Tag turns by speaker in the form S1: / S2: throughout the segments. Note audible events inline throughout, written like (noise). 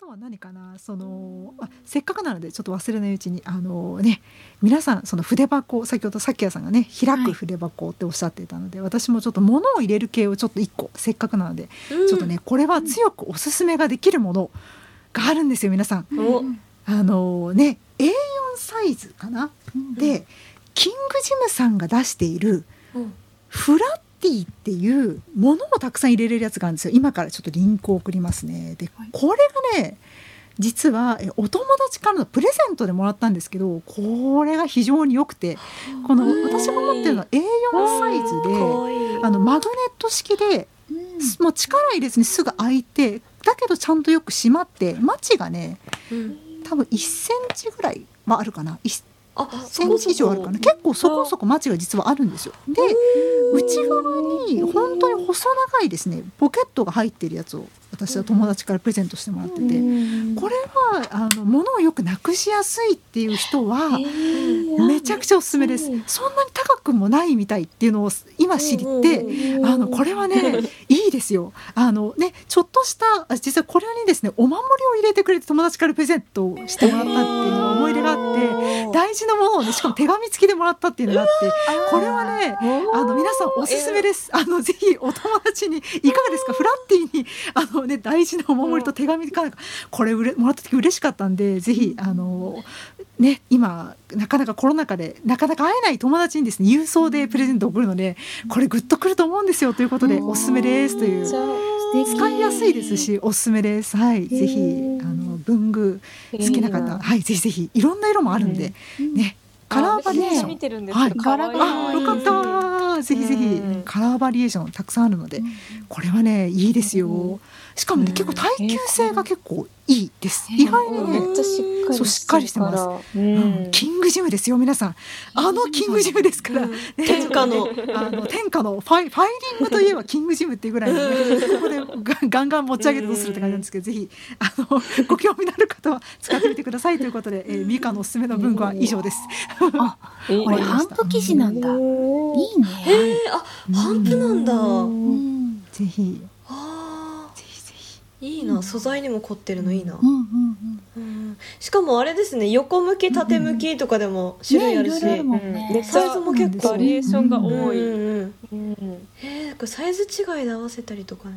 S1: とは何かなそのあせっかくなのでちょっと忘れないうちにあのね皆さんその筆箱先ほどさっきやさんがね開
S2: は
S1: く
S2: い
S1: 筆箱っておっしゃっていたので、私もちょっと物を入れる系をちょっと一個せっかくなので、ちょっとねこれは強くおすすめができるものがあるんですよ皆さん。
S3: お
S1: あのね A4 サイズかな、でキングジムさんが出している
S3: うん
S1: フラッティっていうものをたくさん入れれるやつがあるんですよ今からちょっとリンクを送りますねで
S2: はい
S1: これがね実はえお友達からのプレゼントでもらったんですけどこれが非常に良くてこの
S3: うん
S1: 私が持ってるのは A4 サイズ
S3: か
S1: で
S3: わいい
S1: あのマグネット式でもう力入れずにすぐ開いてだけどちゃんとよく閉まってマチがね
S3: うん
S1: 多分1センチぐらいはあるかな1
S3: あ
S1: センチ以上あるかな結構そこそこマチが実はあるんですよで内側に本当に細長いですねポケットが入ってるやつを私は友達からプレゼントしてもらっててこれはあの物をよくなくしやすいっていう人はめちゃくちゃおすすめですそ
S3: うん
S1: んなに高くもないみたいっていうのを今知りてあのこれはねいいですよあのねちょっとしたあ実はこれにですねお守りを入れてくれて友達からプレゼントをしてもらったっていうのが思い出があって大事なものをねしかも手紙付きでもらったっていうのがあってこれはねあの皆さんおすすめです、あのぜひお友達にいかがですかフラッティにあの、ね、大事なお守りと手紙かなんかこれうれもらった時嬉しかったんでぜひあの、ね、今なかなかコロナ禍でなかなか会えない友達にですね郵送でプレゼントを送るのでこれグッとくると思うんですよということでおすすめですという
S3: じゃ
S1: 使いやすいですしおすすめです、はい、ぜひあの文具好きな方はいぜひぜひいろんな色もあるんで、ねカラーバリエーション
S3: 見てるんです
S1: け
S3: す
S1: ど
S3: けど
S1: 可
S2: 愛い
S1: あ、よかった。ぜひぜひ
S3: うん
S1: カラーバリエーションたくさんあるので、これはねいいですよ。しかもね
S3: うん
S1: 結構耐久性が結構いいです。
S2: えー
S1: 意外に
S3: め
S1: ね
S3: っちゃしっかり
S1: そうしっかりしてます
S3: す
S1: うんキングジムですよ皆さん。あのキングジムですから。ね
S3: 天下の
S1: あの天下のファイファイリングといえばキングジムっていうぐらいのね、ここでガンガンガン持ち上げてどうするって感じなんですけど、ぜひあのご興味のある方は使ってみてくださいということで、えー、ミカのおすすめの文具は以上です。
S2: これ
S1: えー
S2: ハンプ生地なんだ。い
S3: い
S2: い
S3: へ
S2: ね。
S3: えあハンプなんだ
S2: うん
S1: ぜひ
S3: あ
S1: ぜひぜひ。
S3: ーいいな素材にも凝ってるのいいな
S2: うんうん
S3: うんしかもあれですね横向き縦向きとかでも種類あるし、
S2: ねいろいろあるもん
S3: でサイズも結構
S4: バリエーションが
S3: うん
S4: 多い。
S3: うんうん
S4: うん
S3: えー、これサイズ違いで合わせたりとかね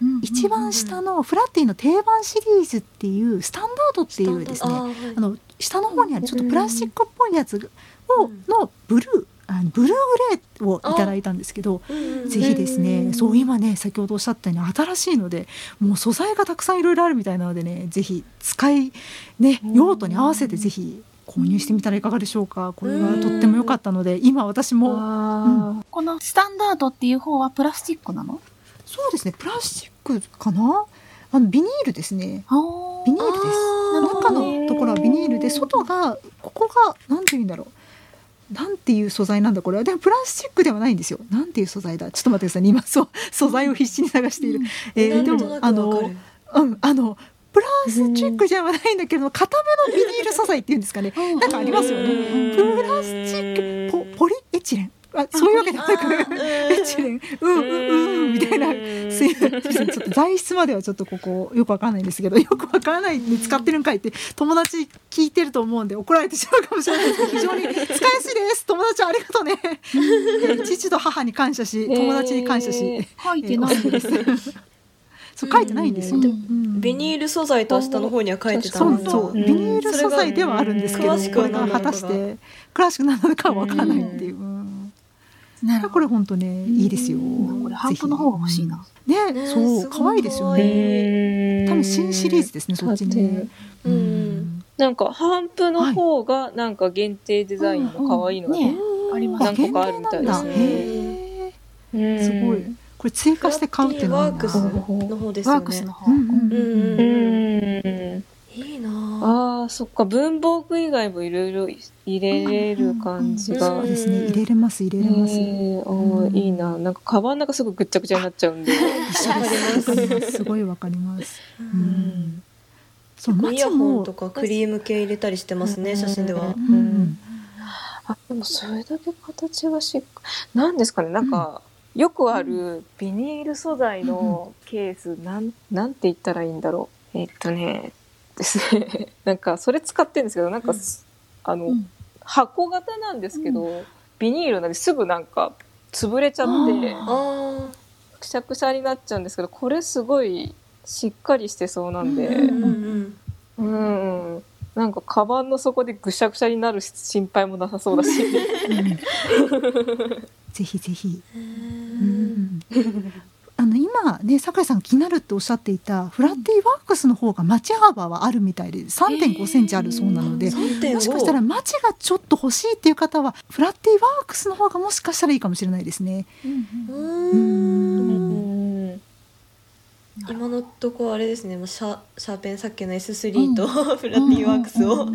S2: うん。
S1: 一番下のフラッティの定番シリーズっていうスタンダードっていうです
S3: あ
S1: ね
S3: ーはい
S1: あの下の方にあるちょっとプラスチックっぽいやつを
S3: うん
S1: のブルーあのブルーグレーをいただいたんですけど
S3: うんうん
S1: ぜひですね、
S2: うん
S1: そう今ね先ほどおっしゃったように新しいのでもう素材がたくさんいろいろあるみたいなのでねぜひ使い、ね、用途に合わせてぜひ購入してみたらいかがでしょうかこれはとっても良かったので今私も
S4: あ
S2: このスタンダードっていう方はプラスチックなの？
S1: そうですねプラスチックかなあのビニールですね
S2: あー
S1: ビニールです
S3: あー
S1: 中のところはビニールで外がここが何て言うんだろうなんていう素材なんだこれはでもプラスチックではないんですよなんていう素材だちょっと待ってくださいね今そう素材を必死に探している、えーで
S3: なんと
S1: も
S3: なく
S1: あ
S3: わか
S1: の
S3: る
S1: うんあのプラスチックじゃないんだけど固めのビニール素材っていうんですかね
S2: うん
S1: なんかありますよねプラスチックポポリエチレンあそういうわけではな
S3: あ
S1: く
S3: ー
S1: エチレンうんうんうんみたいなすいませんちょっと材質まではちょっとここよくわかんないんですけどよ (laughs) くわからないに使ってるんかいって友達聞いてると思うんで怒られてしまうかもしれないですけど非常に使いやすいです友達ありがとうね父と母に感謝し友達に感謝し、
S4: えー
S2: 書いてないんです。
S1: (laughs) そう書いてないんですよ、
S2: うん
S1: うん (laughs)
S3: ビニール素材と下の方には書いてた
S1: そ
S3: ん
S1: う
S3: だ
S1: そう、
S4: うん
S1: ビニール素材ではあるんですけど、
S3: 詳しく
S1: こ
S3: は
S1: れ
S3: な
S1: が
S3: んだ
S1: 果
S3: ろうが
S1: たして詳しくなのかはわからないっていう、うん
S2: なる
S1: こ
S2: ほ
S1: れ
S2: ど。
S1: 本当ねいいですよ
S2: これハンプの方が欲しいな。
S1: ね
S3: ね
S1: そう
S3: すごい
S1: 可愛いですよね多分新シリーズですねそっちね
S3: う
S1: うんん
S4: なんかハンプの方がなんか限定デザインの可愛いのが
S2: ねあります
S4: 何個かあるみたいです
S1: あ
S4: ね
S1: 限定なんだへ
S4: うん
S1: えすごいこれ追加して買うっていうのは
S3: ワークス
S1: うん
S3: の方ですよ
S2: ワー
S3: ね
S2: クスの方
S1: う。んう
S3: う
S1: んん
S3: うん
S4: う
S3: うん
S4: ん
S3: いいな
S4: あーそっか文房具以外もいろいろ入れれる感じ
S3: ん
S4: が
S1: そうですね入れれます入れれます
S4: えーおー
S1: うん
S4: いいななんかカバンなんかすぐぐっちゃぐちゃになっちゃうんで
S1: 一緒ですわかりますすごいわかります
S3: ぁ
S1: う
S3: うん
S1: んそう
S3: イヤ
S1: 街
S3: ホン
S1: も
S3: とかクリーム系入れたりしてますね写真では
S1: う
S4: うん
S1: ん
S4: あでもそれだけ形がしっかなんですかねなんか、よくあるビニール素材のケース、なんなんて言ったらいいんだろうえっとねですね (laughs) なんかそれ使ってるんですけどなんかす、あの、
S2: うん
S4: 箱型なんですけど、ビニールなんですぐなんか潰れちゃって
S2: あ
S3: あ
S4: くしゃくしゃになっちゃうんですけどこれすごいしっかりしてそうなんで
S3: あ。うんうん
S4: うん、なんかカバンの底でぐしゃぐしゃになる心配もなさそうだし
S1: ぜひぜひ。
S3: う。
S1: うんんあの今ね酒井さん気になるっておっしゃっていたフラッティワークスの方が町幅はあるみたいで3.5センチあるそうなので、
S3: 三点
S1: もしかしたら町がちょっと欲しいっていう方はフラッティワークスの方がもしかしたらいいかもしれないですね。
S3: う
S1: う
S3: ーん。
S1: ん
S3: 今のとこあれですね。もうシャシャーペンさっきの S3 (laughs) と、フラッティワークスを
S1: うんうんうん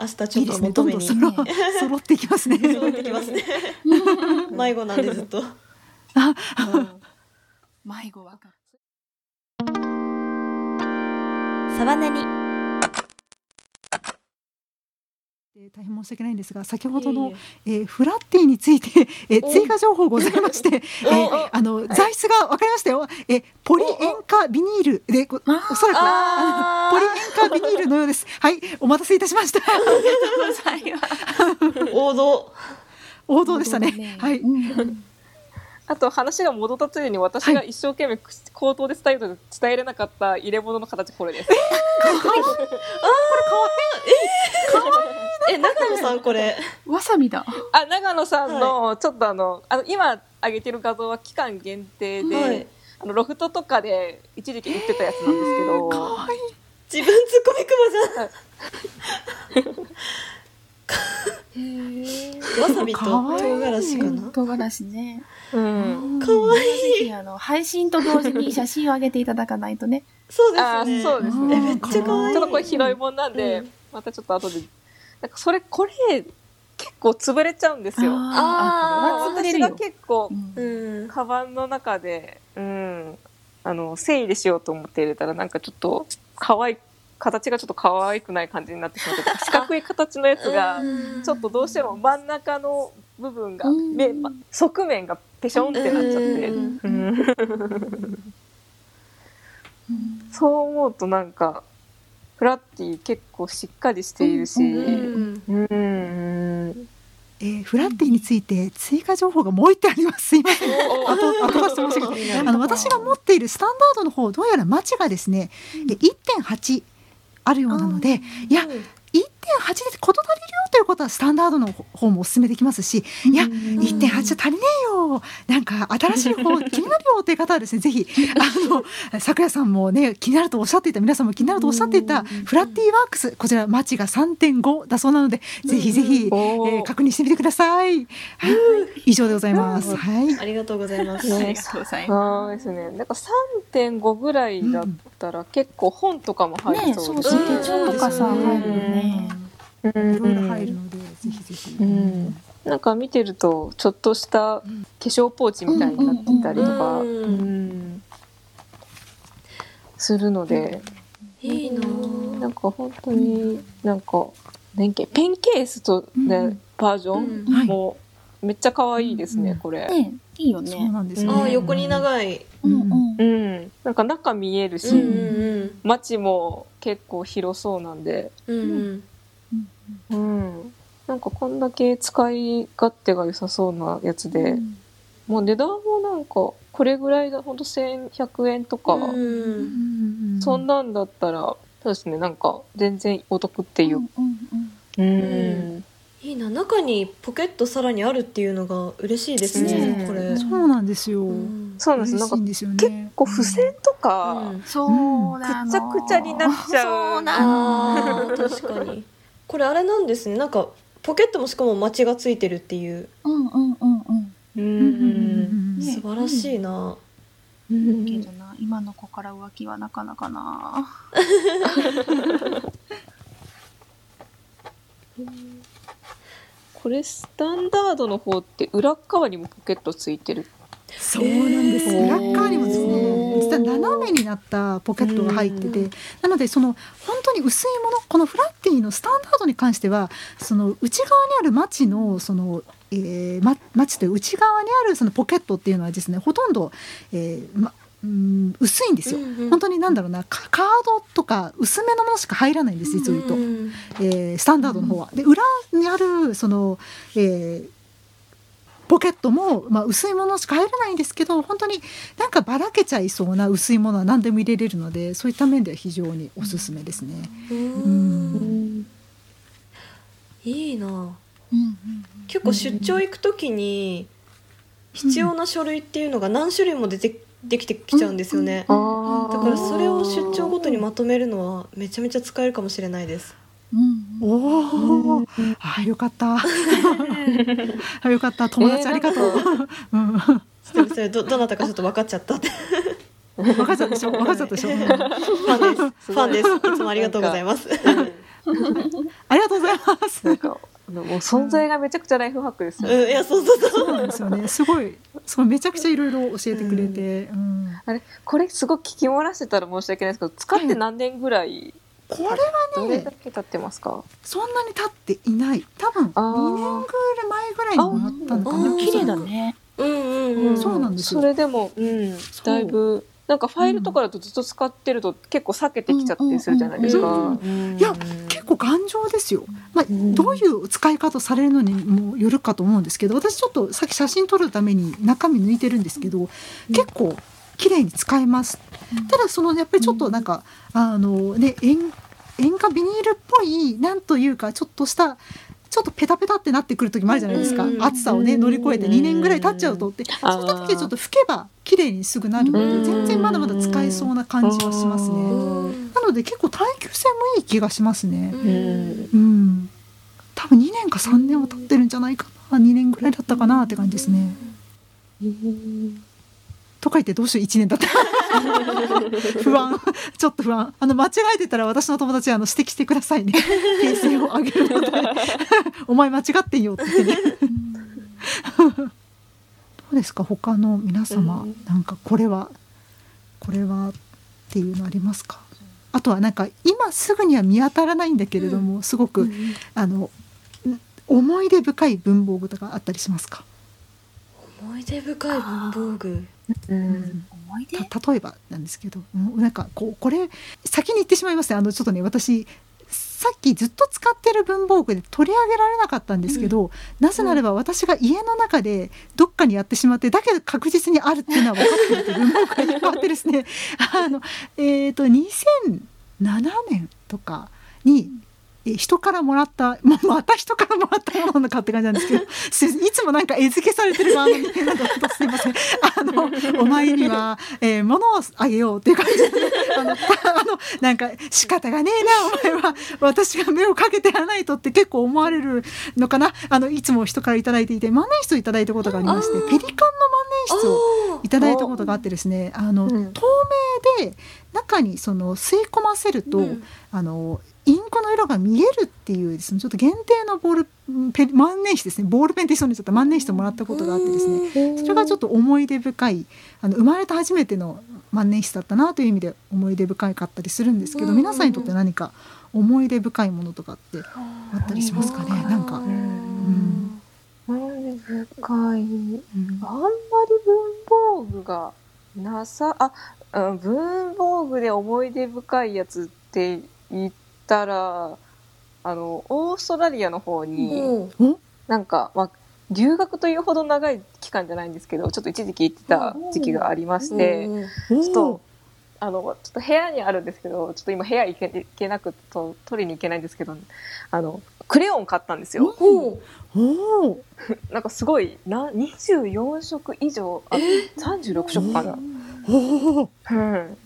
S3: 明日ち
S1: い
S3: ょ
S1: い
S3: っ
S1: です
S3: と
S1: ね。ど
S3: 求
S1: ん
S3: め
S1: どん
S3: に
S1: 揃う揃っていきますね。
S3: 揃ってきますね。迷子なんでずっと。
S2: 迷子わかる。
S3: サバネに。
S1: えー大変申し訳ないんですが、先ほどの、えーフラッティについて、えー
S3: お
S1: 追加情報ございまして、えー
S3: お
S1: あの材質がわかりましたよ。えーポリ塩化ビニールでご
S2: あ
S1: おそらくあ
S3: あ
S1: の (laughs) ポリ塩化ビニールのようです。はい、お待たせいたしました。
S2: ありがとうございます。
S3: 王道。
S1: 王道でしたね。
S4: 王道だね
S1: はい。
S4: あと話が戻ったついでに私が一生懸命口口頭で伝えると伝えれなかった入れ物の形これ
S3: (laughs)
S4: です。
S3: え、中野さんこれ。
S2: わさびだ。
S4: あ長野さんのちょっとあの,、あの今上げてる画像は期間限定で、
S3: はい
S4: あのロフトとかで一時期売ってたやつなんですけど、
S1: 可愛い
S3: 自分ツッコミクマじゃん。わさびと唐辛子かな。
S2: 唐辛子ね。
S4: うん、
S3: 可愛い
S2: ぜひあの配信と同時に写真を上げていただかないとね。
S3: そうで
S4: あ
S3: すね。
S4: そうです
S1: え
S4: ね。
S1: めっちゃ可愛い
S4: ちょっとこれ広いもんなんで、
S3: うん
S4: またちょっと後で。なんかそれこれ結構潰れちゃうんですよ。
S3: あー
S2: あー、これは潰れ
S4: 私
S2: る
S4: が
S2: よ。
S4: 結構
S2: うん
S3: うん。
S4: カバンの中で、うん、あの整理しようと思って入れたらなんかちょっと可愛い形がちょっと可愛くない感じになってしまって四角い形のやつが
S3: うん
S4: ちょっとどうしても真ん中の部分が、
S2: うん
S4: めま側面がペションってなっちゃって、
S3: うん
S2: う
S4: うん
S2: ん
S4: そう思うとなんかフラッティ結構しっかりしているし、
S3: うん。
S4: うんうん
S1: えーフラッティについて追加情報がもう一点あります。すいません。あと、あとして申し訳ない。あの、私が持っているスタンダードの方、どうやらマチがですね、え1.8あるようなので、いや、1.8で事足りるよということは、スタンダードの方もお勧めできますし、いや、1.8じゃ足りねえよなんか新しい方気になるよという方はですねぜひあの桜井さんもね気になるとおっしゃっていた皆さんも気になるとおっしゃっていたフラッティワークスこちらマッチが3.5だそうなのでぜひぜひ、え
S4: おー
S1: ー確認してみてください、はい、以上でございます、はい、
S3: ありがとうございます。
S2: ありがとうございます。
S4: そうですね。なんか3.5ぐらいだったら結構本とかも入
S2: ね
S4: り
S2: そ
S4: そ
S2: う
S4: うで
S2: そ
S4: す
S2: う
S3: うん
S2: 手帳とかさ
S3: うん
S2: 入るよね。
S4: う
S1: い
S4: ん
S1: ろいろ入るのでぜひぜひ、
S4: うんなんか見てるとちょっとした化粧ポーチみたいになってたりとか、
S3: うんうんう
S4: うんするので、
S3: いいなぁ
S4: なんか本当になんかなんけペンケースとね、
S1: うん
S4: バージョ
S3: うん
S4: ン
S1: はい
S4: もめっちゃ可愛いですね、
S1: うん
S4: これ。
S2: ねいいよ
S1: そう
S2: ね。
S1: なんですよ
S3: あ
S1: ね
S3: ー横に長い。
S2: うんうん
S4: う。ん、なんか中見えるし、
S3: うんうん
S4: 街も結構広そうなんで。
S3: うん。うん
S4: うん、なんかこんだけ使い勝手が良さそうなやつで、もう値段もなんかこれぐらいだほんと1100円とか、
S3: う
S1: うん
S3: ん。
S1: うん
S4: そんなんだったらそうですねなんか全然お得っていう、うん
S3: んいいな中にポケットさらにあるっていうのが嬉しいです
S4: う
S3: ね
S4: ん
S3: これ。
S1: そうなんですよ、
S3: うん
S4: そうなんですな
S1: 嬉
S4: ん
S1: し
S4: か
S1: いんですよね
S4: 結構付箋とか、
S3: うん
S2: そうなの。
S4: くちゃくちゃになっちゃう
S2: そうな
S3: あ
S2: の。
S3: ー確かに。これあれなんですねなんかポケットもしかもマチがついてるっていう
S2: うんうんうんうん。
S1: う
S4: う
S1: んうんうんうん
S2: ね
S3: 素晴らしいな。
S4: うん
S2: けどな、今の子から浮気はなかなかな。
S4: これスタンダードの方って裏っ側にもポケットついてる
S1: そうなんです。
S3: えー
S1: 裏側にもですね、
S4: おー
S1: 実は斜めになったポケットが入って
S3: う
S1: て、なのでその本当に薄いもの、このフラッティのスタンダードに関しては、その内側にあるマチのその、えー、ママチという内側にあるそのポケットっていうのはですね、ほとんど、えーまうん薄いんですよ。本当になんだろうなカカードとか薄めのものしか入らないんです実を言うと、えースタンダードの方は。で裏にあるその、えーポケットも、まあ、薄いものしか入らないんですけど本当になんかばらけちゃいそうな薄いものは何でも入れれるのでそういった面では非常におすすめですね。
S3: う
S1: うん
S3: んいいな
S1: うん
S3: 結構出張行く時に必要な書類っていうのが何種類も出てできてきちゃうんですよね、
S4: あー
S3: だからそれを出張ごとにまとめるのはめちゃめちゃ使えるかもしれない (laughs) です
S1: おお、あーよか (laughs) った。あよかった友達ありがとう。うん、
S3: それそれどどなたかちょっと分かっちゃったって (laughs)
S1: 分かっちゃったでしょ (laughs) 分かっちゃったでしょ。うん
S3: ファンですフ
S4: す
S3: ァ
S4: ご
S3: ン
S4: い
S3: ですいつもありがと (laughs) うございます
S1: ありがとうございます。
S4: なんかあのもう存在がめちゃくちゃライフハックですよね
S3: うんいやそうそうそう
S1: そうなんですよね。すごい、すごいめちゃくちゃいろいろ教えてくれて、うん
S4: あれこれすごい聞き漏らしてたら申し訳ないですけど使って何年ぐらい
S1: これ
S4: ど
S1: は
S4: れ
S1: ね
S4: だ、け経ってますか、
S1: そんなに経っていない。多分
S4: あー
S1: 2年ぐらい前ぐらいにもらったのか
S3: あ
S1: な。
S3: ー
S5: 綺麗だね。
S3: うんうんうん
S1: そうなんですよ
S4: それでも、うん、
S1: う
S4: だいぶなんかファイルとかだとずっと使ってると結構避けてきちゃったりするじゃないです
S1: うんうんうん
S4: か
S1: う。いや結構頑丈ですよ、まあ、
S4: ん
S1: どういう使い方されるのにもよるかと思うんですけど私ちょっとさっき写真撮るために中身抜いてるんですけど、結構綺麗に使えます、ただそのやっぱりちょっとなんか、あのね塩塩化ビニールっぽいなんというかちょっとしたちょっとペタペタってなってくる時もあるじゃないですか、
S3: うん
S1: 暑さをね乗り越えて2年ぐらい経っちゃうとって、
S4: あー
S1: そんな時はちょっと拭けば綺麗にすぐなるので、
S4: うん
S1: 全然まだまだ使えそうな感じはしますね。
S4: うん
S1: なので結構耐久性もいい気がしますね。
S4: うん
S1: うん。多分2年か3年は経ってるんじゃないかな。2年ぐらいだったかなって感じですね。とか言ってどうしよう1年だった。
S4: (laughs)
S1: 不安。ちょっと不安。あの間違えてたら私の友達あの指摘してくださいね。訂正を上げるの
S4: (laughs)
S1: で。お前間違ってんよって言ってね。どうですか他の皆様、
S4: うん
S1: なんかこれはこれはっていうのありますかあとはなんか今すぐには見当たらないんだけれども、すごく、あのん思い出深い文房具とかあったりしますか、
S3: 思い出深い文房具
S4: うん
S5: 思い出
S1: た例えばなんですけど、うんなんかこうこれ先に言ってしまいますねあのちょっとね私さっきずっと使ってる文房具で取り上げられなかったんですけど、なぜならば私が家の中でどっかにやってしまってだけど確実にあるっていうのは分かってるっていう文房具がいっぱいあってですねあの、えー、と2007年とかにえー人からもらった、 (laughs) まあ、また人からもらったものなのかって感じなんですけど (laughs) すいつもなんか絵付けされてる側の人間なんで本当すいませんあのお前には、えー、物をあげようっていう感じで (laughs) あのたあのなんか仕方がねえなお前は私が目をかけてやらないとって結構思われるのかなあのいつも人から頂いただいていて万年筆を頂いただいたことがありまして
S3: あー
S1: ペリカンの万年筆を
S3: あ
S1: いただいたことがあってですねあの、
S4: うん
S1: 透明で中にその吸い込ませると、
S3: うん
S1: あのインクの色が見えるっていうそのちょっと限定のボールペン万年筆ですねボールペンってそうにちょっと万年筆をもらったことがあってですねそれがちょっと思い出深いあの生まれて初めての万年筆だったなという意味で思い出深かったりするんですけ
S3: うん
S1: ど
S3: うんうん
S1: 皆さんにとって何か思い出深いものとかってあったりしますかねなんか
S3: う。
S1: ん
S4: うん深い
S1: うん
S4: あんまり文房具がなさあ、うん、文房具で思い出深いやつって言ったらあのオーストラリアの方に、
S3: おー
S4: なんか、まあ、留学というほど長い期間じゃないんですけど、ちょっと一時期行ってた時期がありまして、
S3: おー
S4: ちょっと、あの、ちょっと部屋にあるんですけど、ちょっと今部屋行け行けなくてと、取りに行けないんですけど、あの、クレヨン買ったんですよ。
S3: おー
S1: おお
S4: なんかすごい、な、24色以上、あ、36色かな。
S1: おお
S4: うん。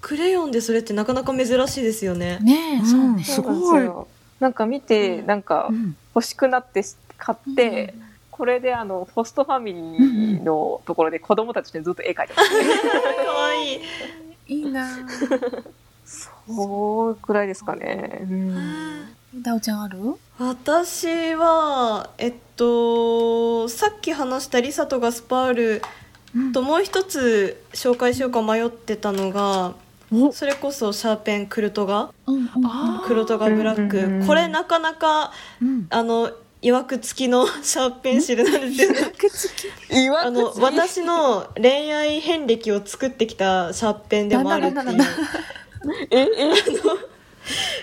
S3: クレヨンでそれってなかなか珍しいですよね (laughs)
S5: ねえ、そうね。
S1: すごい
S4: そうなんですよ。なんか見て、
S3: うん
S4: なんか欲しくなってし買って、これであの、ホストファミリーのところで子供たちでずっと絵描いてます。
S3: 可愛いい
S5: いいなあ。
S4: そうくらいですかね。
S5: ダオちゃんある？
S3: 私はえっとさっき話したリサとガスパールともう一つ紹介しようか迷ってたのが
S1: お
S3: それこそシャーペンクルトガ
S5: うんうん
S1: あー
S3: クルトガブラッ
S4: うんうんう
S3: ク
S4: ん
S3: これなかなか
S1: うん
S3: あのいわくつきの (laughs) シャープペンシルなんですよね
S4: いわ
S3: あの
S4: くつき
S3: 私の恋愛遍歴を作ってきたシャープペンでもあるってい
S5: な
S3: うん
S5: だなんだ
S4: ええ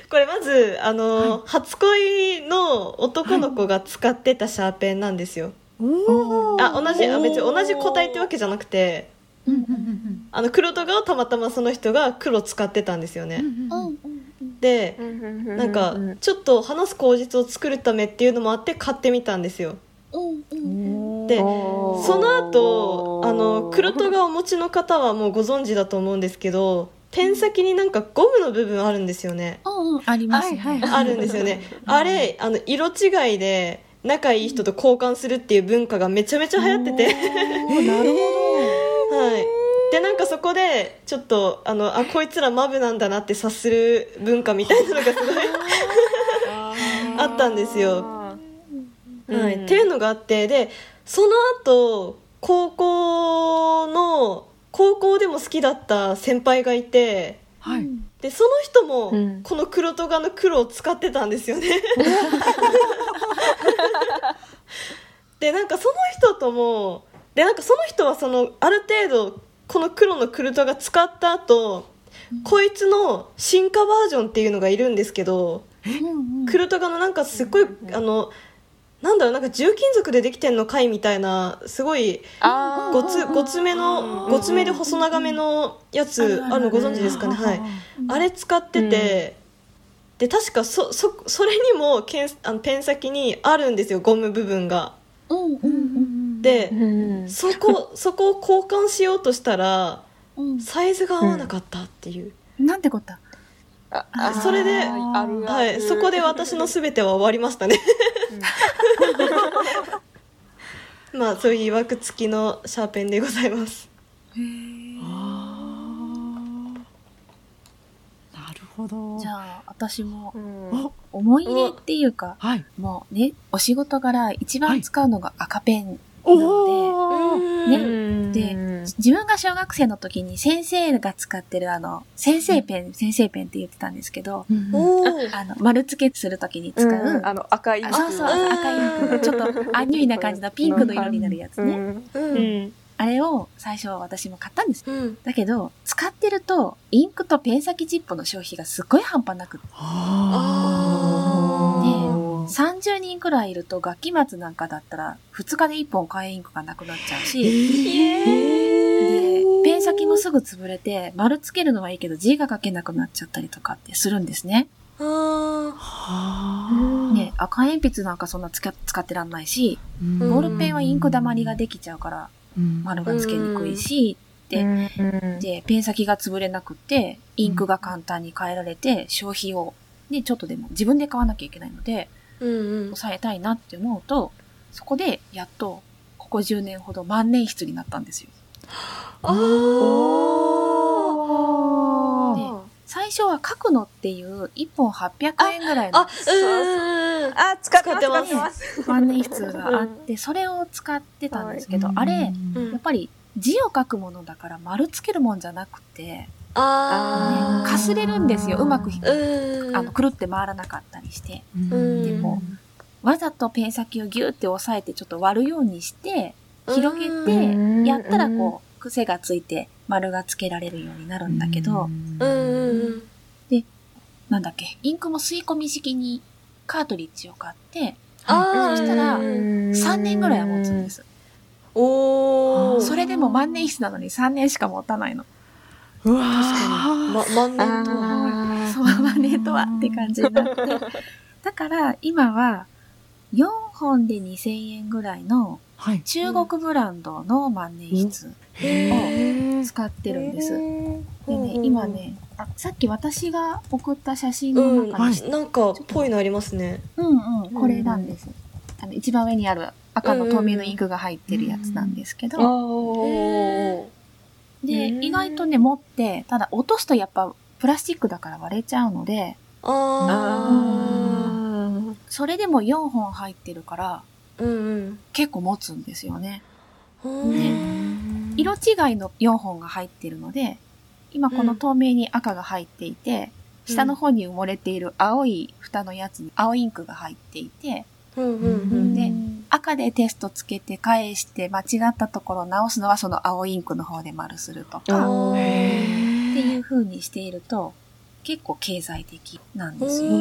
S3: これまずあの、初恋の男の子が使ってたシャーペンなんですよ、
S1: おお。
S3: あ同じあ別に
S4: おー
S3: 同じ個体ってわけじゃなくて
S1: うんうんうん
S3: あの黒とがをたまたまその人が黒使ってたんですよ
S1: うんう
S3: ね、
S1: んうんうん。
S3: で
S4: な
S3: なんかちょっと話す口実を作るためっていうのもあって買ってみたんですよでその後あの黒戸がお持ちの方はもうご存知だと思うんですけどペン先になんかゴムの部分あるんですよね
S5: うんうん、あります、ね。
S1: はいはい
S3: あるんですよねあれあの色違いで仲いい人と交換するっていう文化がめちゃめちゃ流行ってて
S1: なるほ
S3: はいでなんかそこでちょっとあのあこいつらマブなんだなって察する文化みたいなのがすごいあったんですよ
S4: (laughs)
S3: はい、 (laughs) っていうのがあってでその後高校の高校でも好きだった先輩がいて
S1: はい。
S3: でその人も
S4: うん
S3: この黒戸ガの黒を使ってたんですよ (laughs) ね。でなんかその人ともでなんかその人はそのある程度この黒の黒戸が使った後、こいつの進化バージョンっていうのがいるんですけど。クルトガのなんかすっごい、あのなんだろうなんか重金属でできてんのかいみたいなすごいごつごつめのごつめで細長めのやつあるのご存知ですかねはいあれ使ってて、で確かそそそれにもけんあのペン先にあるんですよゴム部分が。
S5: うんう
S1: うんうん
S5: ん
S1: うん。
S3: で、
S4: うん
S3: そこそこを交換しようとしたら
S5: うん。
S3: サイズが合わなかったっていう、
S5: なんてことだ
S4: ああ
S3: それで
S4: あるある
S3: はい、そこで私の全ては終わりましたね。 (laughs) まあそういういわくつきのシャーペンでございます。
S1: ああ。なるほど。
S5: じゃあ、私も
S4: うん
S1: お
S5: 思い入れっていうか、
S1: はい。
S5: もうね、お仕事柄一番使うのが赤ペン。
S1: おお。
S5: ね
S4: うん
S5: で自分が小学生の時に先生が使ってるあの、先生ペン、先生ペンって言ってたんですけど、
S3: おおー。
S5: あの、丸付けする時に使う、
S4: うんあの赤い
S5: あそうそう、赤いインク、ちょっとアンニュイな感じのピンクの色になるやつ
S4: う
S5: ね。
S4: ん
S3: うん
S4: うん
S5: あれを最初私も買ったんです。
S3: うん。
S5: だけど、使ってると、インクとペン先チップの消費がすっごい半端なくって
S3: あ
S5: 30人くらいいると、学期末なんかだったら、2日で1本買えインクがなくなっちゃうし、で、ペン先もすぐ潰れて、丸つけるのはいいけど字が書けなくなっちゃったりとかってするんですね。
S3: あ
S5: ね、赤鉛筆なんかそんなつか使ってらんないし、
S3: うん
S5: ボールペンはインク溜まりができちゃうから丸がつけにくいし、で
S4: うん
S5: で、ペン先が潰れなくて、インクが簡単に変えられて、消費を、ね、ちょっとでも自分で買わなきゃいけないので、
S3: ー。うんうん。
S5: 抑えたいなって思うと、そこでやっと、ここ10年ほど万年筆になったんですよ。
S3: あ
S4: あ
S5: で最初は書くのっていう1本800円ぐらい
S3: あ。
S5: の
S3: あ、うんうん。
S4: あ使って
S3: 使ってます
S4: ます
S5: 万年筆があって、それを使ってたんですけど、あれ、やっぱり字を書くものだから丸つけるもんじゃなくて、
S3: ああ。
S5: かすれるんですよ。うまくひ、
S3: うん。
S5: あの、くるって回らなかったりして。
S3: うん
S5: でも、わざとペン先をギューって押さえてちょっと割るようにして、広げ
S4: うん
S5: て、やったらこう、癖がついて丸がつけられるようになるんだけど、
S3: うんうん
S5: なんだっけ、インクも吸い込み式にカートリッジを買って、
S3: ああ。
S5: そしたら3年ぐらいは持つんですす。
S3: おお。
S5: それでも万年筆なのに3年しか持たないの。
S1: うわ
S3: ま、万年とは。
S4: あ
S5: そうマネーとはって感じになって。 (laughs) だから今は4本で2000円ぐらいの
S1: はい
S5: 中国ブランドの万年筆を使ってるんです。でね、今ね、あさっき私が送った写真
S3: う
S5: の
S3: ん。
S5: 中に、
S3: なんか、ぽいのありますね。
S5: うんうん、これなんです。あの一番上にある赤の透明のインクが入ってるやつなんですけど、
S4: ー
S5: で、
S4: うん
S5: 意外とね、持って、ただ落とすとやっぱプラスチックだから割れちゃうので、
S3: あ
S5: それでも4本入ってるから
S3: あ。うん
S5: 結構持つんですよね。
S3: うん。
S5: 色違いの4本が入ってるので、今この透明に赤が入っていて、
S3: うん
S5: 下の方に埋もれている青い蓋のやつに青インクが入っていて、
S3: うんうんうん
S5: で赤でテストつけて返して間違ったところを直すのはその青インクの方で丸するとかっ
S3: あー
S5: ていう風にしていると結構経済的なんですよ。
S3: う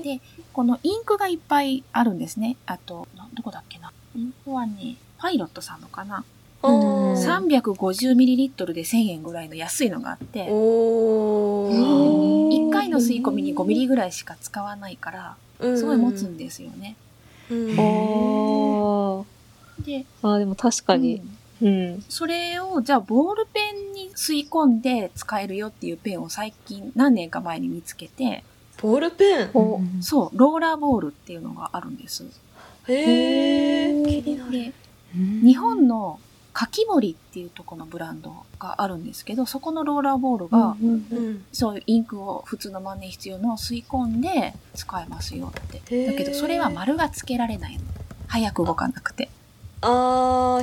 S3: ん
S5: このインクがいっぱいあるんですね。あと、などこだっけな。インクはね、パイロットさんのかな。
S3: あー
S5: 350ml で1000円ぐらいの安いのがあって、
S3: おー
S5: 1回の吸い込みに 5ml ぐらいしか使わないから、すごい持つんですよね。
S3: うん
S4: おー
S5: で、
S4: あーでも確かに
S5: う。ん
S4: うん。
S5: それを、じゃあ、ボールペンに吸い込んで使えるよっていうペンを最近、何年か前に見つけて、
S3: ボールペン
S4: お
S5: そう、ローラーボールっていうのがあるんです。
S3: へえ気になる
S5: で、日本のかきりっていうとこのブランドがあるんですけど、そこのローラーボールが、
S3: うん
S5: そういうインクを普通の万年筆用のを吸い込んで使えますよって。
S3: へー
S5: だけどそれは丸がつけられないの。早く動かなくて。
S3: あ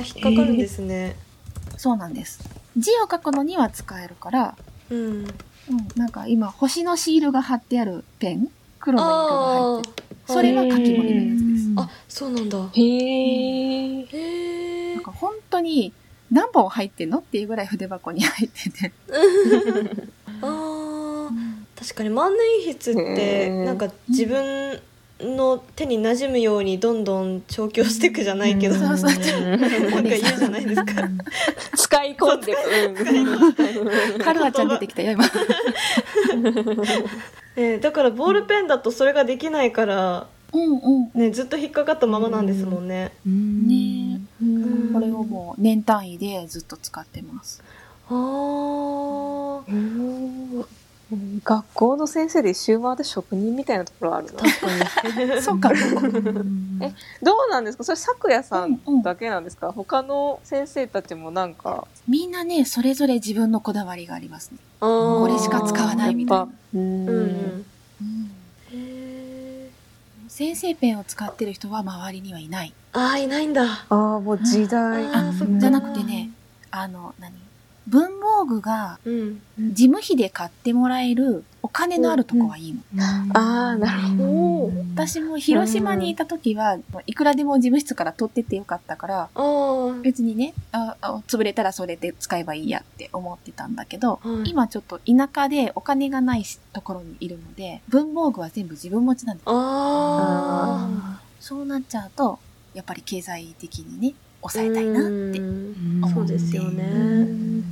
S3: ー引っかかるんですね
S5: そうなんです。字を書くのには使えるから、
S3: うん
S5: うん、なんか今星のシールが貼ってあるペン黒のイン
S3: あ
S5: クが入ってる。
S3: ー
S5: それは書き
S4: 盛
S5: 彫りのやつです。
S3: あそうなんだ
S4: へー。
S3: へえ
S5: なんか本当に何本入ってんのっていうぐらい筆箱に入ってて。
S3: あー確かに万年筆って
S4: へー
S3: なんか自分の手に馴染むようにどんどん調教していくじゃないけど、
S5: うん
S3: な
S5: そ
S3: ん
S5: う
S3: か
S5: そう
S3: 言うじゃないですか。
S4: 使い込んで。
S5: カルアちゃん出てきたよ、今。
S3: ねだからボールペンだとそれができないから、
S5: うんうん。
S3: ね、ずっと引っかかったままなんですもんね。
S5: ね
S3: うん
S5: これをもう年単位でずっと使ってます。
S3: あー
S4: うんうん学校の先生でシューマーで職人みたいなところあるな。
S3: 確かに
S5: そうかな。
S4: どうなんですかそれ、咲夜さん
S5: うんうん
S4: だけなんですか、他の先生たちもなんか、
S5: みんなね、それぞれ自分のこだわりがありますね。
S3: あー
S5: これしか使わないみたい
S4: やっ
S5: な
S4: ぱ。うん
S3: うんうんへー
S5: 先生ペンを使ってる人は周りにはいない。
S3: あーいないんだ
S4: ああ、もう時代。
S3: あーそっか
S5: じゃなくてね、あの、何文房具が
S3: うん
S5: 事務費で買ってもらえるお金のあるとこはいいの。
S4: ああ、なるほど。
S3: おー
S5: 私も広島にいた時は、もういくらでも事務室から取ってってよかったから、
S3: あー
S5: 別にね、ああ潰れたらそれで使えばいいやって思ってたんだけど、
S3: はい
S5: 今ちょっと田舎でお金がないしところにいるので、文房具は全部自分持ちなんです。
S3: あー
S5: そうなっちゃうと、やっぱり経済的にね、抑えたいなって。
S3: うん
S5: 思
S3: そう
S5: って
S3: ですよね、
S1: うん
S3: うんうん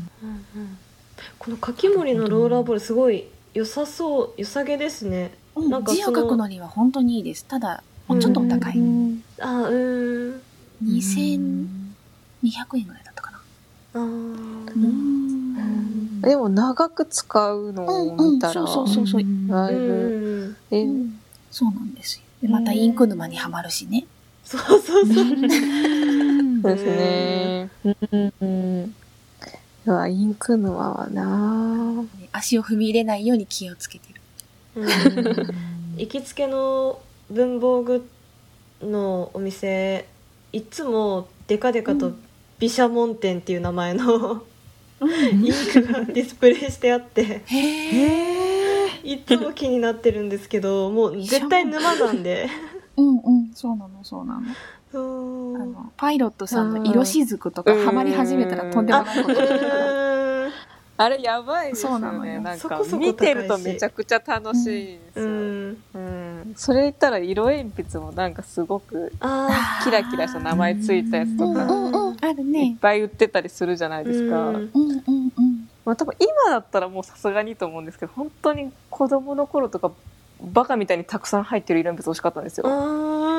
S3: このかき盛りのローラーボールすごい良さそう良さげですね
S5: うん
S3: なんか
S5: 字を
S3: その
S5: 書くのには本当にいいです。ただ、
S3: う
S5: も
S3: ん
S5: うちょっとお高い。
S3: あーう
S5: 2200円ぐらいだったかな。
S3: ーんあ
S5: う
S3: ー
S5: ん。
S4: で
S5: (laughs)
S4: も長く使うのを見たら、
S5: うんうんそうそうそう
S4: だ
S3: う
S4: い
S3: んうん
S4: ぶ、
S3: うん
S4: え
S5: そうなんですよ。でまたインク沼にはまるしね。
S3: そうそうそう
S4: そうですね。うんうん。うわ、インク沼はな
S5: 足を踏み入れないように気をつけてる。
S3: うん行きつけの文房具のお店いつもデカデカと「毘沙門天」っていう名前のインクがディスプレイしてあって
S5: へえ。
S1: へえ
S3: いつも気になってるんですけどもう絶対沼なんで
S5: うんうん。そうなの、そうなの。
S3: そう
S5: あの、パイロットさんの色しずくとか
S4: うん
S5: ハマり始めたらとんでもないことになるから。
S4: あれやばいです
S5: そう
S4: よ
S5: なのよ
S4: ね。なん
S3: そ
S4: か
S3: こそこ高いし
S4: 見てるとめちゃくちゃ楽しいんで
S3: う
S4: すよ。
S3: ん
S4: うんそれ言ったら色鉛筆もなんかすごく
S3: あ
S4: キラキラした名前ついたやつ
S5: う
S4: と
S5: んう
S4: か
S5: んうん。ある
S4: いっ
S5: ね。
S4: ぱい売ってたりするじゃない
S3: ー
S4: ですか。
S3: うん
S5: うんうんうん。
S4: まあ多分今だったらもうさすがにと思うんですけど、本当に子供の頃とかバカみたいにたくさん入ってる色鉛筆欲しかったんですよ。
S3: あ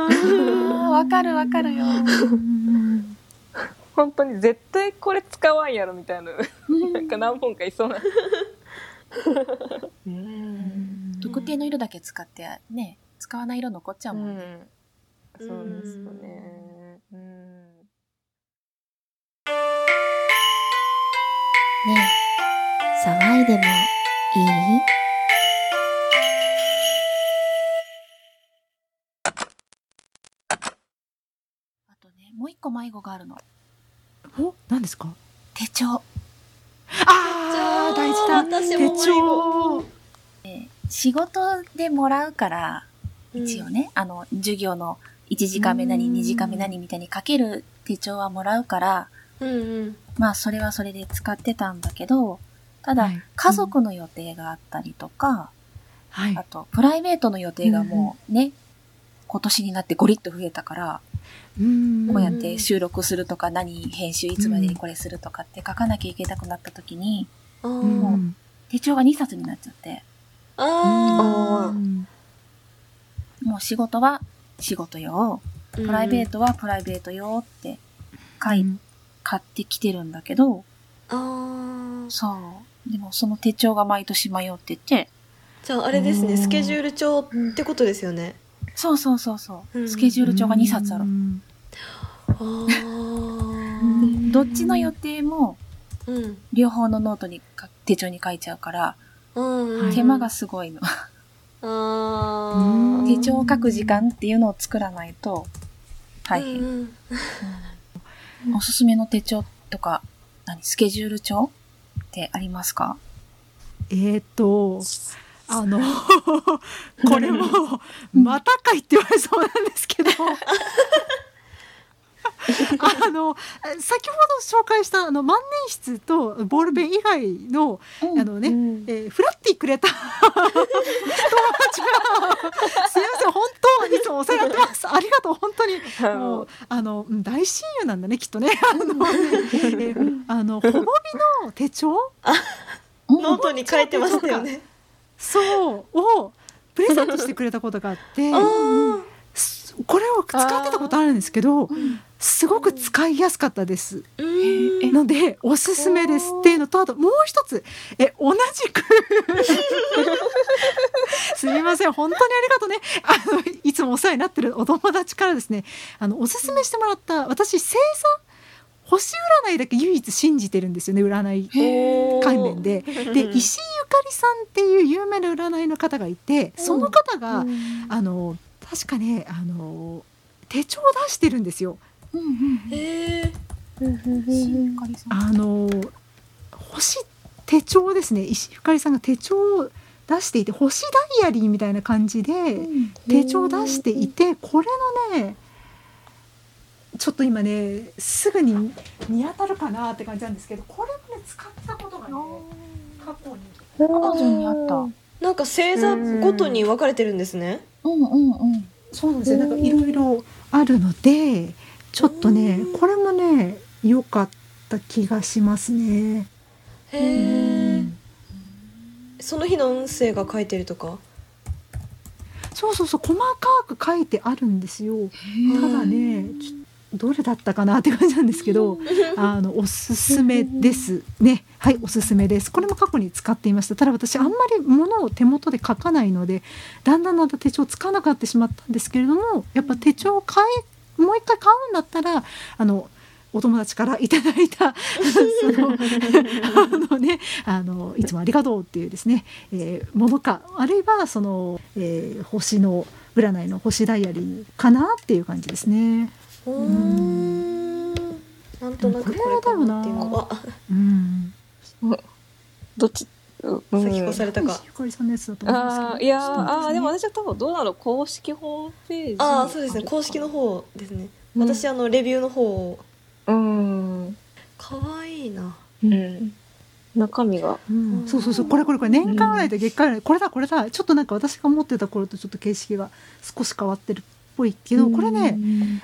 S5: あーわかるわかるよ。
S4: 本当に絶対これ使わんやろみたいな、なんか何本かいそうな。 (laughs) うん。
S5: (laughs) 特定の色だけ使ってね使わない色残っちゃう
S4: う
S5: もんね、
S4: んそうですよね。うん。
S6: ねえ、騒いでもいい
S5: あとねもう一個迷子があるの
S1: お何ですか
S5: 手帳
S1: ああ大事だ
S3: 私
S1: 手
S3: も迷子
S1: 帳
S5: 仕事でもらうから一応ね、あの、授業の1時間目なり
S1: うん
S5: 2時間目なりみたいに書ける手帳はもらうから、
S3: うんうん
S5: まあそれはそれで使ってたんだけど、た
S1: は
S5: だ
S1: い
S5: 家族の予定があったりとか、
S1: はい
S5: あとプライベートの予定がもうね、今年になってゴリッと増えたから、
S1: うん
S5: こうやって収録するとか何編集いつまでにこれするとかって書かなきゃいけなくなった時に、
S3: あ
S1: う
S3: ー
S1: ん
S5: 手帳が2冊になっちゃって、
S3: あ
S1: うん
S5: もう仕事は仕事用、
S3: プ
S5: プライベー
S3: ト
S5: トはプライベート用って書い、買ってきてるんだけど、
S3: ああ
S5: そう。でもその手帳が毎年迷ってて、
S3: じゃああれです
S1: う
S3: ね
S1: ん
S3: スケジュール帳ってことですよね
S5: そうそうそうそう、
S3: うん
S5: スケジュール帳が2冊ある
S1: う。ん
S3: ああ
S1: ん
S5: どっちの予定も
S3: うん
S5: 両方のノートにか手帳に書いちゃうから、
S3: うんうん
S5: 手間がすごいの。
S3: あ
S1: う
S3: あ
S1: ん
S5: 手帳を書く時間っていうのを作らないと大変。おすすめの手帳とか、何スケジュール帳ってありますか
S1: えっ、とあのこれも「またかい」って言われそうなんですけどあの先ほど紹介したあの万年筆とボールペン以外のあのね、えーフラッティくれた友達がすいません本当いつもお世話になってますありがとう本当にも
S4: あ
S1: う
S4: の
S1: あのうん大親友なんだねきっとねあのねえーあのほぼびの手帳
S3: ノートに書いてましたよね
S1: そうをプレゼントしてくれたことがあって
S3: (laughs) ああ
S1: すこれを使ってたことあるんですけどすごく使いやすかったです
S3: うーん
S1: のでおすすめですっていうのとあともう一つえ同じくすみません本当にありがとうねあのいつもお世話になってるお友達からですねあのおすすめしてもらった私星座星占いだけ唯一信じてるんですよね占い関連でで石井ゆかりさんっていう有名な占いの方がいてその方が、あの確かねあの手帳を出してるんですよ。
S5: うんうん。
S3: へー
S5: しっかりさん。
S1: あの星手帳ですね石井ゆかりさんが手帳を出していて星ダイアリーみたいな感じで
S5: うん
S1: 手帳を出していてこれのねちょっと今ねすぐに見当たるかなって感じなんですけどこれもね使ったことがね過去に
S5: 彼女にあった。うん
S3: なんか星座ごとに分かれてるんですね
S5: うんうん。
S1: そうなんですよ。なんかいろいろあるので、ちょっとね、これもね、良かった気がしますね。
S3: へえその日の運勢が書いてるとか
S1: そうそうそう、細かく書いてあるんですよ。ただね、ちょどれだったかなって感じなんですけど、あのおすすめですね。はい、おすすめです。これも過去に使っていました。ただ私あんまり物を手元で書かないので、だんだんだんだん手帳つかなくなってしまったんですけれども、やっぱ手帳を買いもう一回買うんだったら、あのお友達からいただいたそのあのねあのいつもありがとうっていうですね、えーものかあるいはその、えー星の占いの星ダイアリーかなっていう感じですね。
S3: うーんなんとなくこれかなっていうのは
S1: うん。
S4: どっち、うう
S3: あ
S4: ん
S3: 先越されたか
S1: ゆかりさんのやつだと思うんですけど。
S4: あーいやー
S1: ちょっと待って
S4: あーでも
S1: ね
S4: 私は多分どうなの公式ホームページ
S3: ああそうですね公式の方ですね
S4: うん
S3: 私あのレビューの方を
S4: うん、
S3: かわいいな
S4: うん、中身が
S1: うん、そうそうそうこれこれこれ年間占いと月間占いこれだこれだちょっとなんか私が持ってた頃とちょっと形式が少し変わってるっぽいけどこれね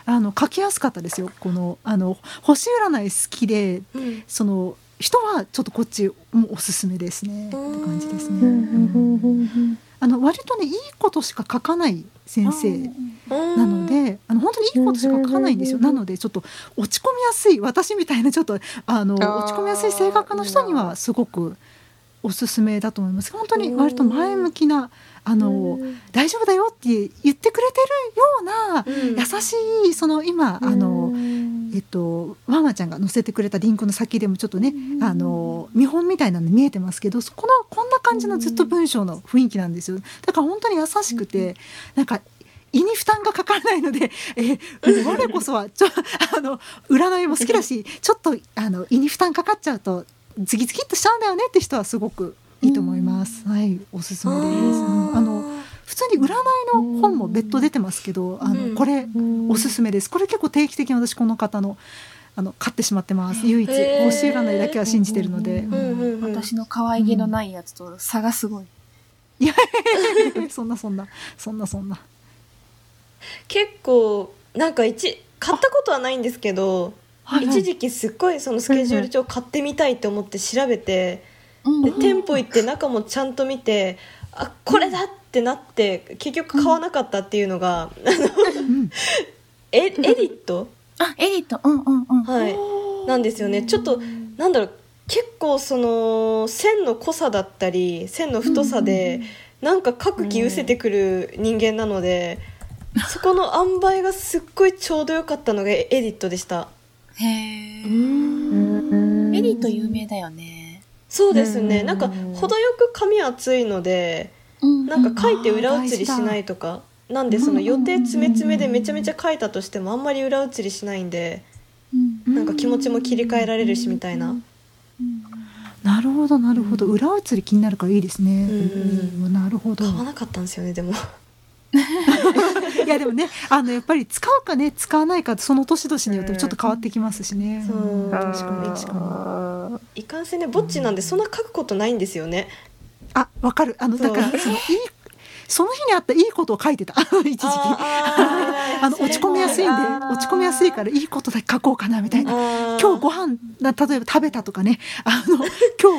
S1: あの書きやすかったですよこのあの星占い好きで
S3: うん
S1: その人はちょっとこっちもおすすめですねって感じですね。
S3: う
S1: うんあの割とねいいことしか書かない先生なのであの本当にいいことしか書かないんですよなのでちょっと落ち込みやすい私みたいなちょっとあの
S4: あー
S1: 落ち込みやすい性格の人にはすごくおすすめだと思います本当に割と前向きなあの大丈夫だよって言ってくれてるような
S3: うん
S1: 優しいその今あのえっと、ワンワンちゃんが載せてくれたリンクの先でもちょっとね、あの見本みたいなの見えてますけどそこのこんな感じのずっと文章の雰囲気なんですよだから本当に優しくて、なんか胃に負担がかからないので、 (laughs) えー、我こそはちょあの占いも好きだしちょっとあの胃に負担かかっちゃうとズキズキっとしちゃうんだよねって人はすごくいいと思います。はい、おすすめです。うんあの普通に占いの本も別途出てますけど、あ
S3: うん
S1: のこれおすすめです。これ結構定期的に私この方のあの買ってしまってます。唯一
S3: へー
S1: 星占いだけは信じてるので、
S3: うんうんうん、
S5: 私の可愛げのないやつと差がすごい。
S1: (laughs) そんなそんなそんなそんな。
S3: 結構なんか一買ったことはないんですけど一時期すっごいそのスケジュール帳買ってみたいと思って調べて、
S5: うん
S3: で店舗行って中もちゃんと見てあこれだってなって結局買わなかったっていうのが、
S1: うん
S3: えエディット、
S5: あ、エディット、うんうんうん。
S3: はい、なんですよねちょっとなんだろう結構その線の濃さだったり線の太さで、なんか各気失せてくる人間なので、そこの塩梅がすっごいちょうど良かったのがエディットでした
S5: へえ。エディット有名だよね。
S3: そうですね、
S4: うん
S3: なんか程よく紙厚いので
S5: うん
S3: なんか書いて裏写りしないとかなんでその予定詰め詰めでめちゃめちゃ書いたとしてもあんまり裏写りしないんで
S5: うん
S3: なんか気持ちも切り替えられるしみたいな
S1: なるほどなるほど裏写り気になるからいいですね。
S3: うん
S1: うんなるほど。
S3: 買わなかったんですよねでも
S1: いやでもねあのやっぱり使うかね使わないかその年々によってもちょっと変わってきますしね。
S3: そうん確
S1: 確かに確か
S4: かに。
S3: いかんせんねぼっちなんでそんな書くことないんですよね
S1: に。あわかるあの
S3: そう
S1: だからそのいいその日にあったいいことを書いてた (laughs) 一時期。
S3: あー
S1: あの落ち込みやすいんで
S4: あー
S1: 落ち込みやすいからいいことだけ書こうかなみた (laughs) いな。
S3: あー
S1: 今日ご飯な例えば食べたとかねあの今日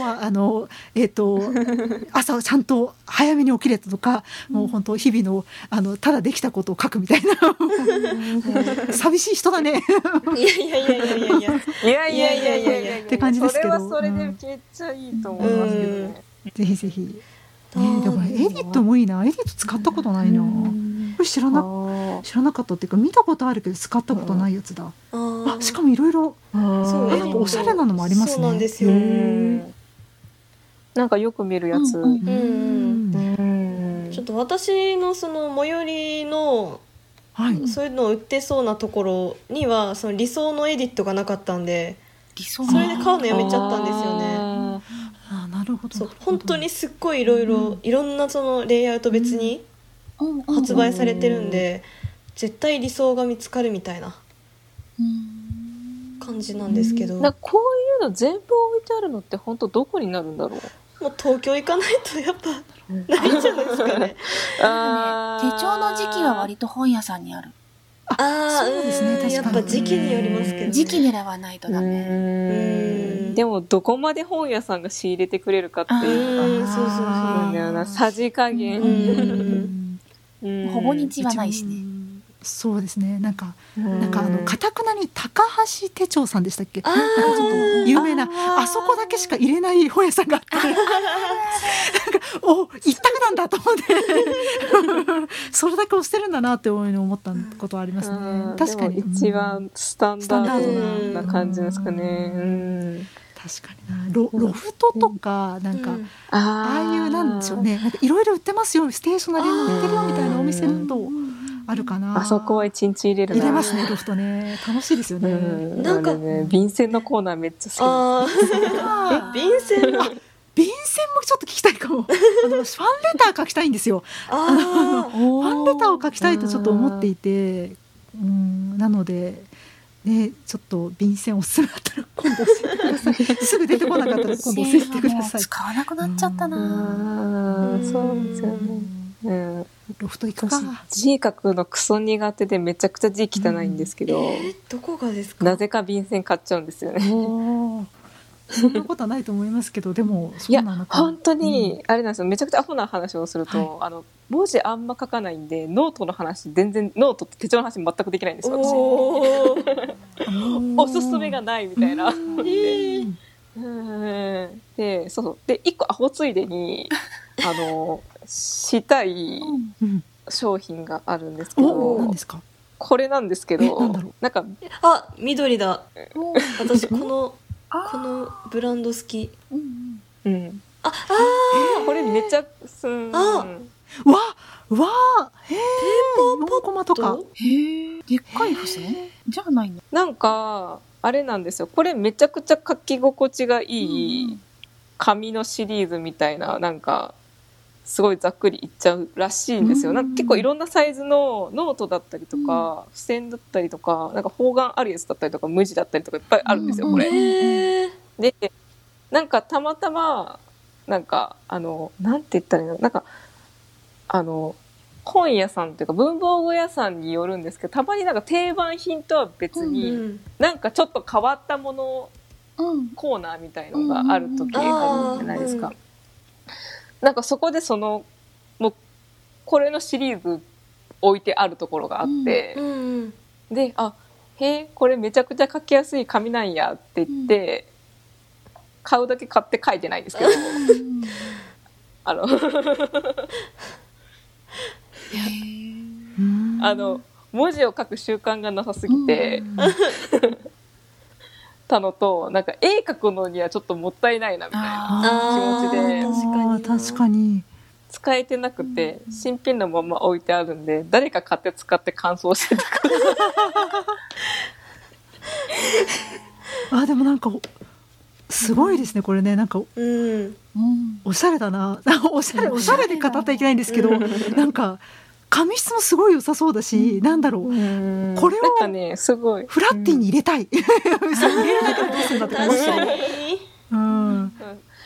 S1: はあのえっ、と朝ちゃんと早めに起きれたとか、もう本当日々のあのただできたことを書くみたいな (laughs) 寂しい人だね。
S3: いやいやいやいやいやいや
S4: いやいやいやいやいや
S1: って感じですけど
S4: それはそれでめっちゃいいと思いますけどね。
S1: ぜひぜひ。
S3: あ
S1: ね
S3: ー
S1: え、でもエディットもいいな。エディット使ったことないな。これ知らな
S4: あ
S1: 知らなかったっていうか見たことあるけど使ったことないやつだ。
S3: あー
S1: あ、しかもいろいろ
S4: ー
S3: そう
S1: なんかおしゃれなのもありますね
S3: そうなんです
S4: う
S3: よ
S4: んなんかよく見るやつ。
S5: うん
S3: う
S1: うんん
S4: うん
S3: ちょっと私のその最寄りの
S1: はい。
S3: そういうのを売ってそうなところにはその理想のエディットがなかったんで
S5: 理想
S3: それで買うのやめちゃったんですよね
S4: あー
S1: あ、なるほど。
S3: そう
S1: なるほど
S3: 本当に。すっごいいろいろいろんなそのレイアウト別に
S5: うんうん
S3: 発売されてるんで絶対理想が見つかるみたいな
S5: うん
S3: 感じなんですけど
S4: な
S3: も
S4: んかこういうの全部置いてあるのって本当どこになるんだろう。
S3: う東京行かないとやっぱないんじゃないですかね
S4: あ
S5: 手帳の時期は割と本屋さんにある。
S3: ああ
S1: そうですね確かに
S3: やっぱ時期によりますけど、ね、
S5: 時期狙わないとダメ。
S3: う
S4: うんんでもどこまで本屋さんが仕入れてくれるかって
S3: う
S4: いうのが
S3: んそうそう
S4: す
S3: そ
S4: ごいんだよなさじ加
S3: う
S4: 減、
S3: ん
S4: うん
S5: ほぼ日はないしね。
S1: ね。そうですね。なんか
S4: な
S1: なんかあのかたくなに高橋手帳さんでしたっけ？
S3: あー
S1: なんかちょっと有名な
S4: あー
S1: あそこだけしか入れない本屋
S3: (laughs)
S1: さんがあって、なんかお一択なんだと思って、 (laughs) それだけ押してるんだなって思い思ったことはありますね。確かに
S4: 一番スタンダードな感じですかね。
S1: う
S4: うんん、
S1: 確かになロロフトとかなんか、
S3: うん
S4: あ
S1: ああいうなんでしょうねなんかいろいろ売ってますよステーショナリーも売ってるよみたいなお店だとあるかな
S4: あそこは一日入れる
S1: 入
S4: な。
S1: れますねロフトね楽しいですよ
S4: う
S1: ね、
S4: ん、
S3: な
S4: なんん
S3: か
S4: か、ね、便箋のコーナーめっちゃ好
S3: ああ
S1: あー
S3: 便箋の
S1: 便箋もちょっと聞きたいかも (laughs) あの私ファンレター書きたいんですよ
S3: あー
S1: ファンレターを書きたいとちょっと思っていて、うん、なので、ね、ちょっと便箋おすすめだったら今度教えてくだ
S4: (laughs)
S1: さい。すぐ出てこなかったら今度教えてください。
S5: 使わなくなっちゃった
S4: き。
S5: な。
S4: ああ、そうですよね。うん、
S1: ロフト行くか
S4: 私。字書くのクソ苦手でめちゃくちゃ字汚いんですけど、
S3: えどこがですか
S4: なぜか便箋買っちゃうんですよね。
S1: おー (laughs) そんなことはないと思いますけど、でも、
S4: い
S1: そう
S4: や
S1: なのか。
S4: 本当に、あれなんですよめちゃくちゃアホな話をすると、あの文字あんま書かないんでノートの話全然ノートって手帳の話全くできないんですよ私
S3: おー
S1: うん、
S4: おすすめがないみたいな。
S1: うん
S3: うん
S4: うんでそうそうで一個アホついでにあのしたい
S1: うん
S4: 商品があるんですけ
S1: お、
S4: ど
S1: 何ですか。
S4: これなんですけ
S1: えな
S4: ど
S1: んだろう
S4: なんか
S3: あ緑だ私このこのブランド好き
S4: うん
S3: ああ
S4: これめちゃすん
S3: あ
S1: わ、わ、へえ。ペーポーポコマと
S3: ー
S1: か。
S5: へえ。でっかい付箋じゃないの。
S4: なんかあれなんですよこれめちゃくちゃ書き心地がいい紙のシリーズみたいななんかすごいざっくりいっちゃうらしいんですよ。
S1: うん
S4: なんか結構いろんなサイズのノートだったりとか、付箋だったりとか、なんか方眼あるやつだったりとか、無地だったりとかいっぱいあるんですよ、これ。
S3: えー、
S4: でなんかたまたまなんかあのなんて言ったらいいのなんかあの本屋さんというか文房具屋さんによるんですけどたまになんか定番品とは別に、
S3: うん、
S4: なんかちょっと変わったもの
S2: うん。
S4: コーナーみたいのがある時あるじゃないですか。
S3: うんあ
S4: なんかそこでそのもうこれのシリーズ置いてあるところがあって、
S3: うん、
S4: で、あ、へえ、これめちゃくちゃ書きやすい紙なんやって言って、買うだけ買って書いてないんですけど、 (laughs) あの、
S1: うん
S4: あの、文字を書く習慣がなさすぎて、たのと、なんか絵描くのにはちょっともったいないなみたいな。
S1: あー
S4: 気持ちで
S1: あー確かに
S4: 使えてなくて、新品のまま置いてあるんで、誰か買って使って乾燥してたから。
S1: あでもなんかすごいですねこれねなんか
S3: うん、
S1: おしゃれだな (laughs) おしゃれおしゃれで語ってはいけないんですけど
S3: うん
S1: なんか紙質もすごい良さそうだし、なんだろうこれを
S4: なんかね、すごい。
S1: フラッティに入れたい、そう入れるだけでどうするんだって
S3: 確
S1: 感じ
S3: かに
S1: うん
S4: うん。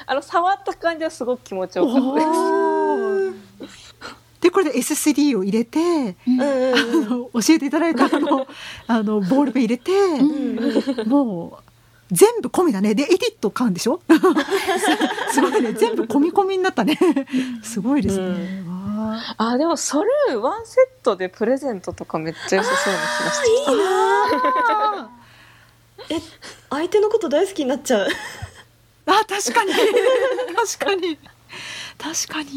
S4: あの、触った感じはすごく気持ちよかったです。
S1: おーでこれで S3 を入れて、
S3: うん
S1: あの教えていただい (laughs) たあのあのボールペン入れて、
S3: うんうん
S1: もう全部込みだねでエディット買うんでしょ (laughs) すすごいね全部込み込みになったねすごいですね、わあ
S4: あ、でもそれ、ワンセットでプレゼントとかめっちゃ良さそうな気がして
S3: いいなえ相手のこと大好きになっちゃう
S1: あ確かに確かに確かに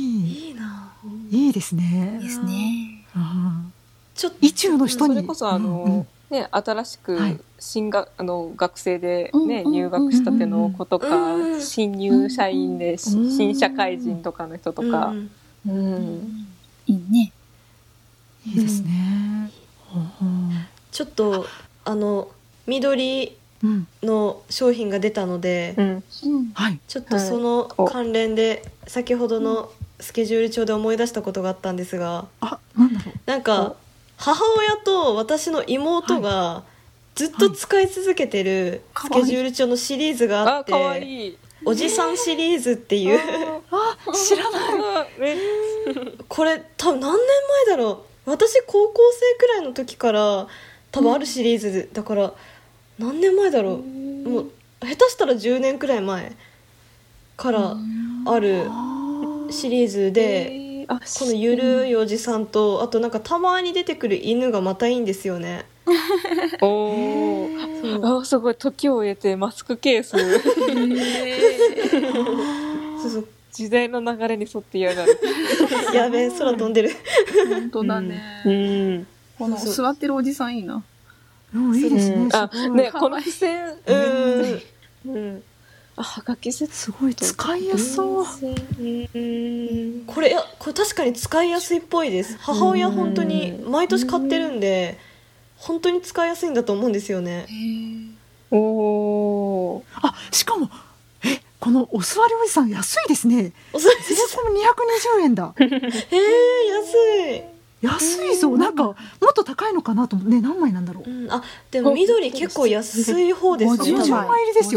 S3: いいない
S1: いですね
S5: で。すね。
S1: うん
S3: ちょっと
S1: 意中の人
S4: そ
S1: に
S4: れこそあの、ね、新し
S1: はい
S4: く新学、あの学生で、ね
S2: うんうん
S4: 入学したての子とか、
S3: うんうん
S4: 新入社員で、し
S1: うん
S4: 新社会人とかの人とか、
S3: うん
S4: うん
S1: う
S5: いいね。
S1: んうんいいですね。うん
S3: ちょっとあの緑
S1: うん
S3: の商品が出たので、
S4: うん
S1: はい。
S3: ちょっとその関連で先ほどのスケジュール帳で思い出したことがあったんですが
S1: あなんだろう。
S3: なんか母親と私の妹がずっと使い続けてるスケジュール帳のシリーズがあ
S4: あ
S3: って
S4: 可愛い
S3: おじさんシリーズっていう
S1: あ知らない。
S4: あめ
S3: これ多分何年前だろう私高校生くらいの時から多分あるシリーズでだから何年前だろうもう下手したら10年くらい前からあるシリーズで
S4: えーあ
S3: このゆるいおじさんとあとなんかたまに出てくる犬がまたいいんですよね
S4: おー
S3: そう
S4: あすごい時を経てマスクケース
S3: そうそう
S4: 時代の流れに沿って嫌がる
S3: (laughs) やべえ空飛んでる
S2: 本当だね。
S4: うん
S2: この座ってるおじさんいいな。
S1: うんいいですね。
S4: あ
S1: すごい
S4: ねこの付箋
S3: うーん
S4: うんあはがきセット
S1: すごい使いやすそう。
S4: うん
S3: これいやこれ確かに使いやすいっぽいです母親本当に毎年買ってるんで本当に使いやすいんだと思うんですよね
S4: おー
S1: あしかもえこのお座りおじさん安いですね。
S3: おそらく
S1: 税込み二百二十円だ。
S3: えー、安い、
S1: 安いぞ。なんかもっと高いのかなと思ってね何枚なんだろう
S3: う。ん、あでも緑結構安い方ですね
S1: 50枚
S3: 多分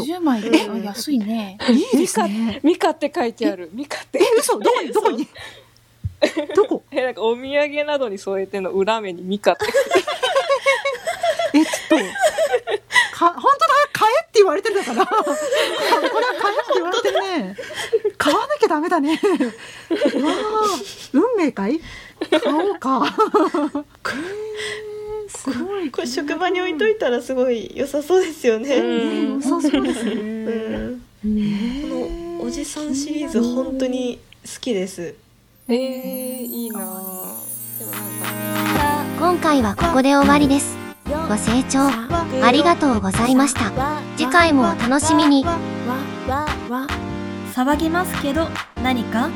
S5: 50枚で安いね。
S1: いいですね。
S4: ミカって書いてある。ミカって
S1: え。嘘どこにどこにどこ
S4: え、なんかお土産などに添えての裏目にミカって。
S1: えちょっとか本当だ買えって言われてるんだから (laughs) これは買えって言われてるね買わなきゃダメだね (laughs) うわあ運命かい買おうかえーすごい
S3: これ職場に置いといたらすごい良さそうですよね、
S4: うん
S1: ね良さそうですね
S3: うんこのおじさんシリーズ
S1: 気になる
S3: 本当に好きです
S4: えー、いいなぁでもなんか、
S6: 今回はここで終わりです。ご清聴ありがとうございました。次回もお楽しみに。
S7: 騒ぎますけど何か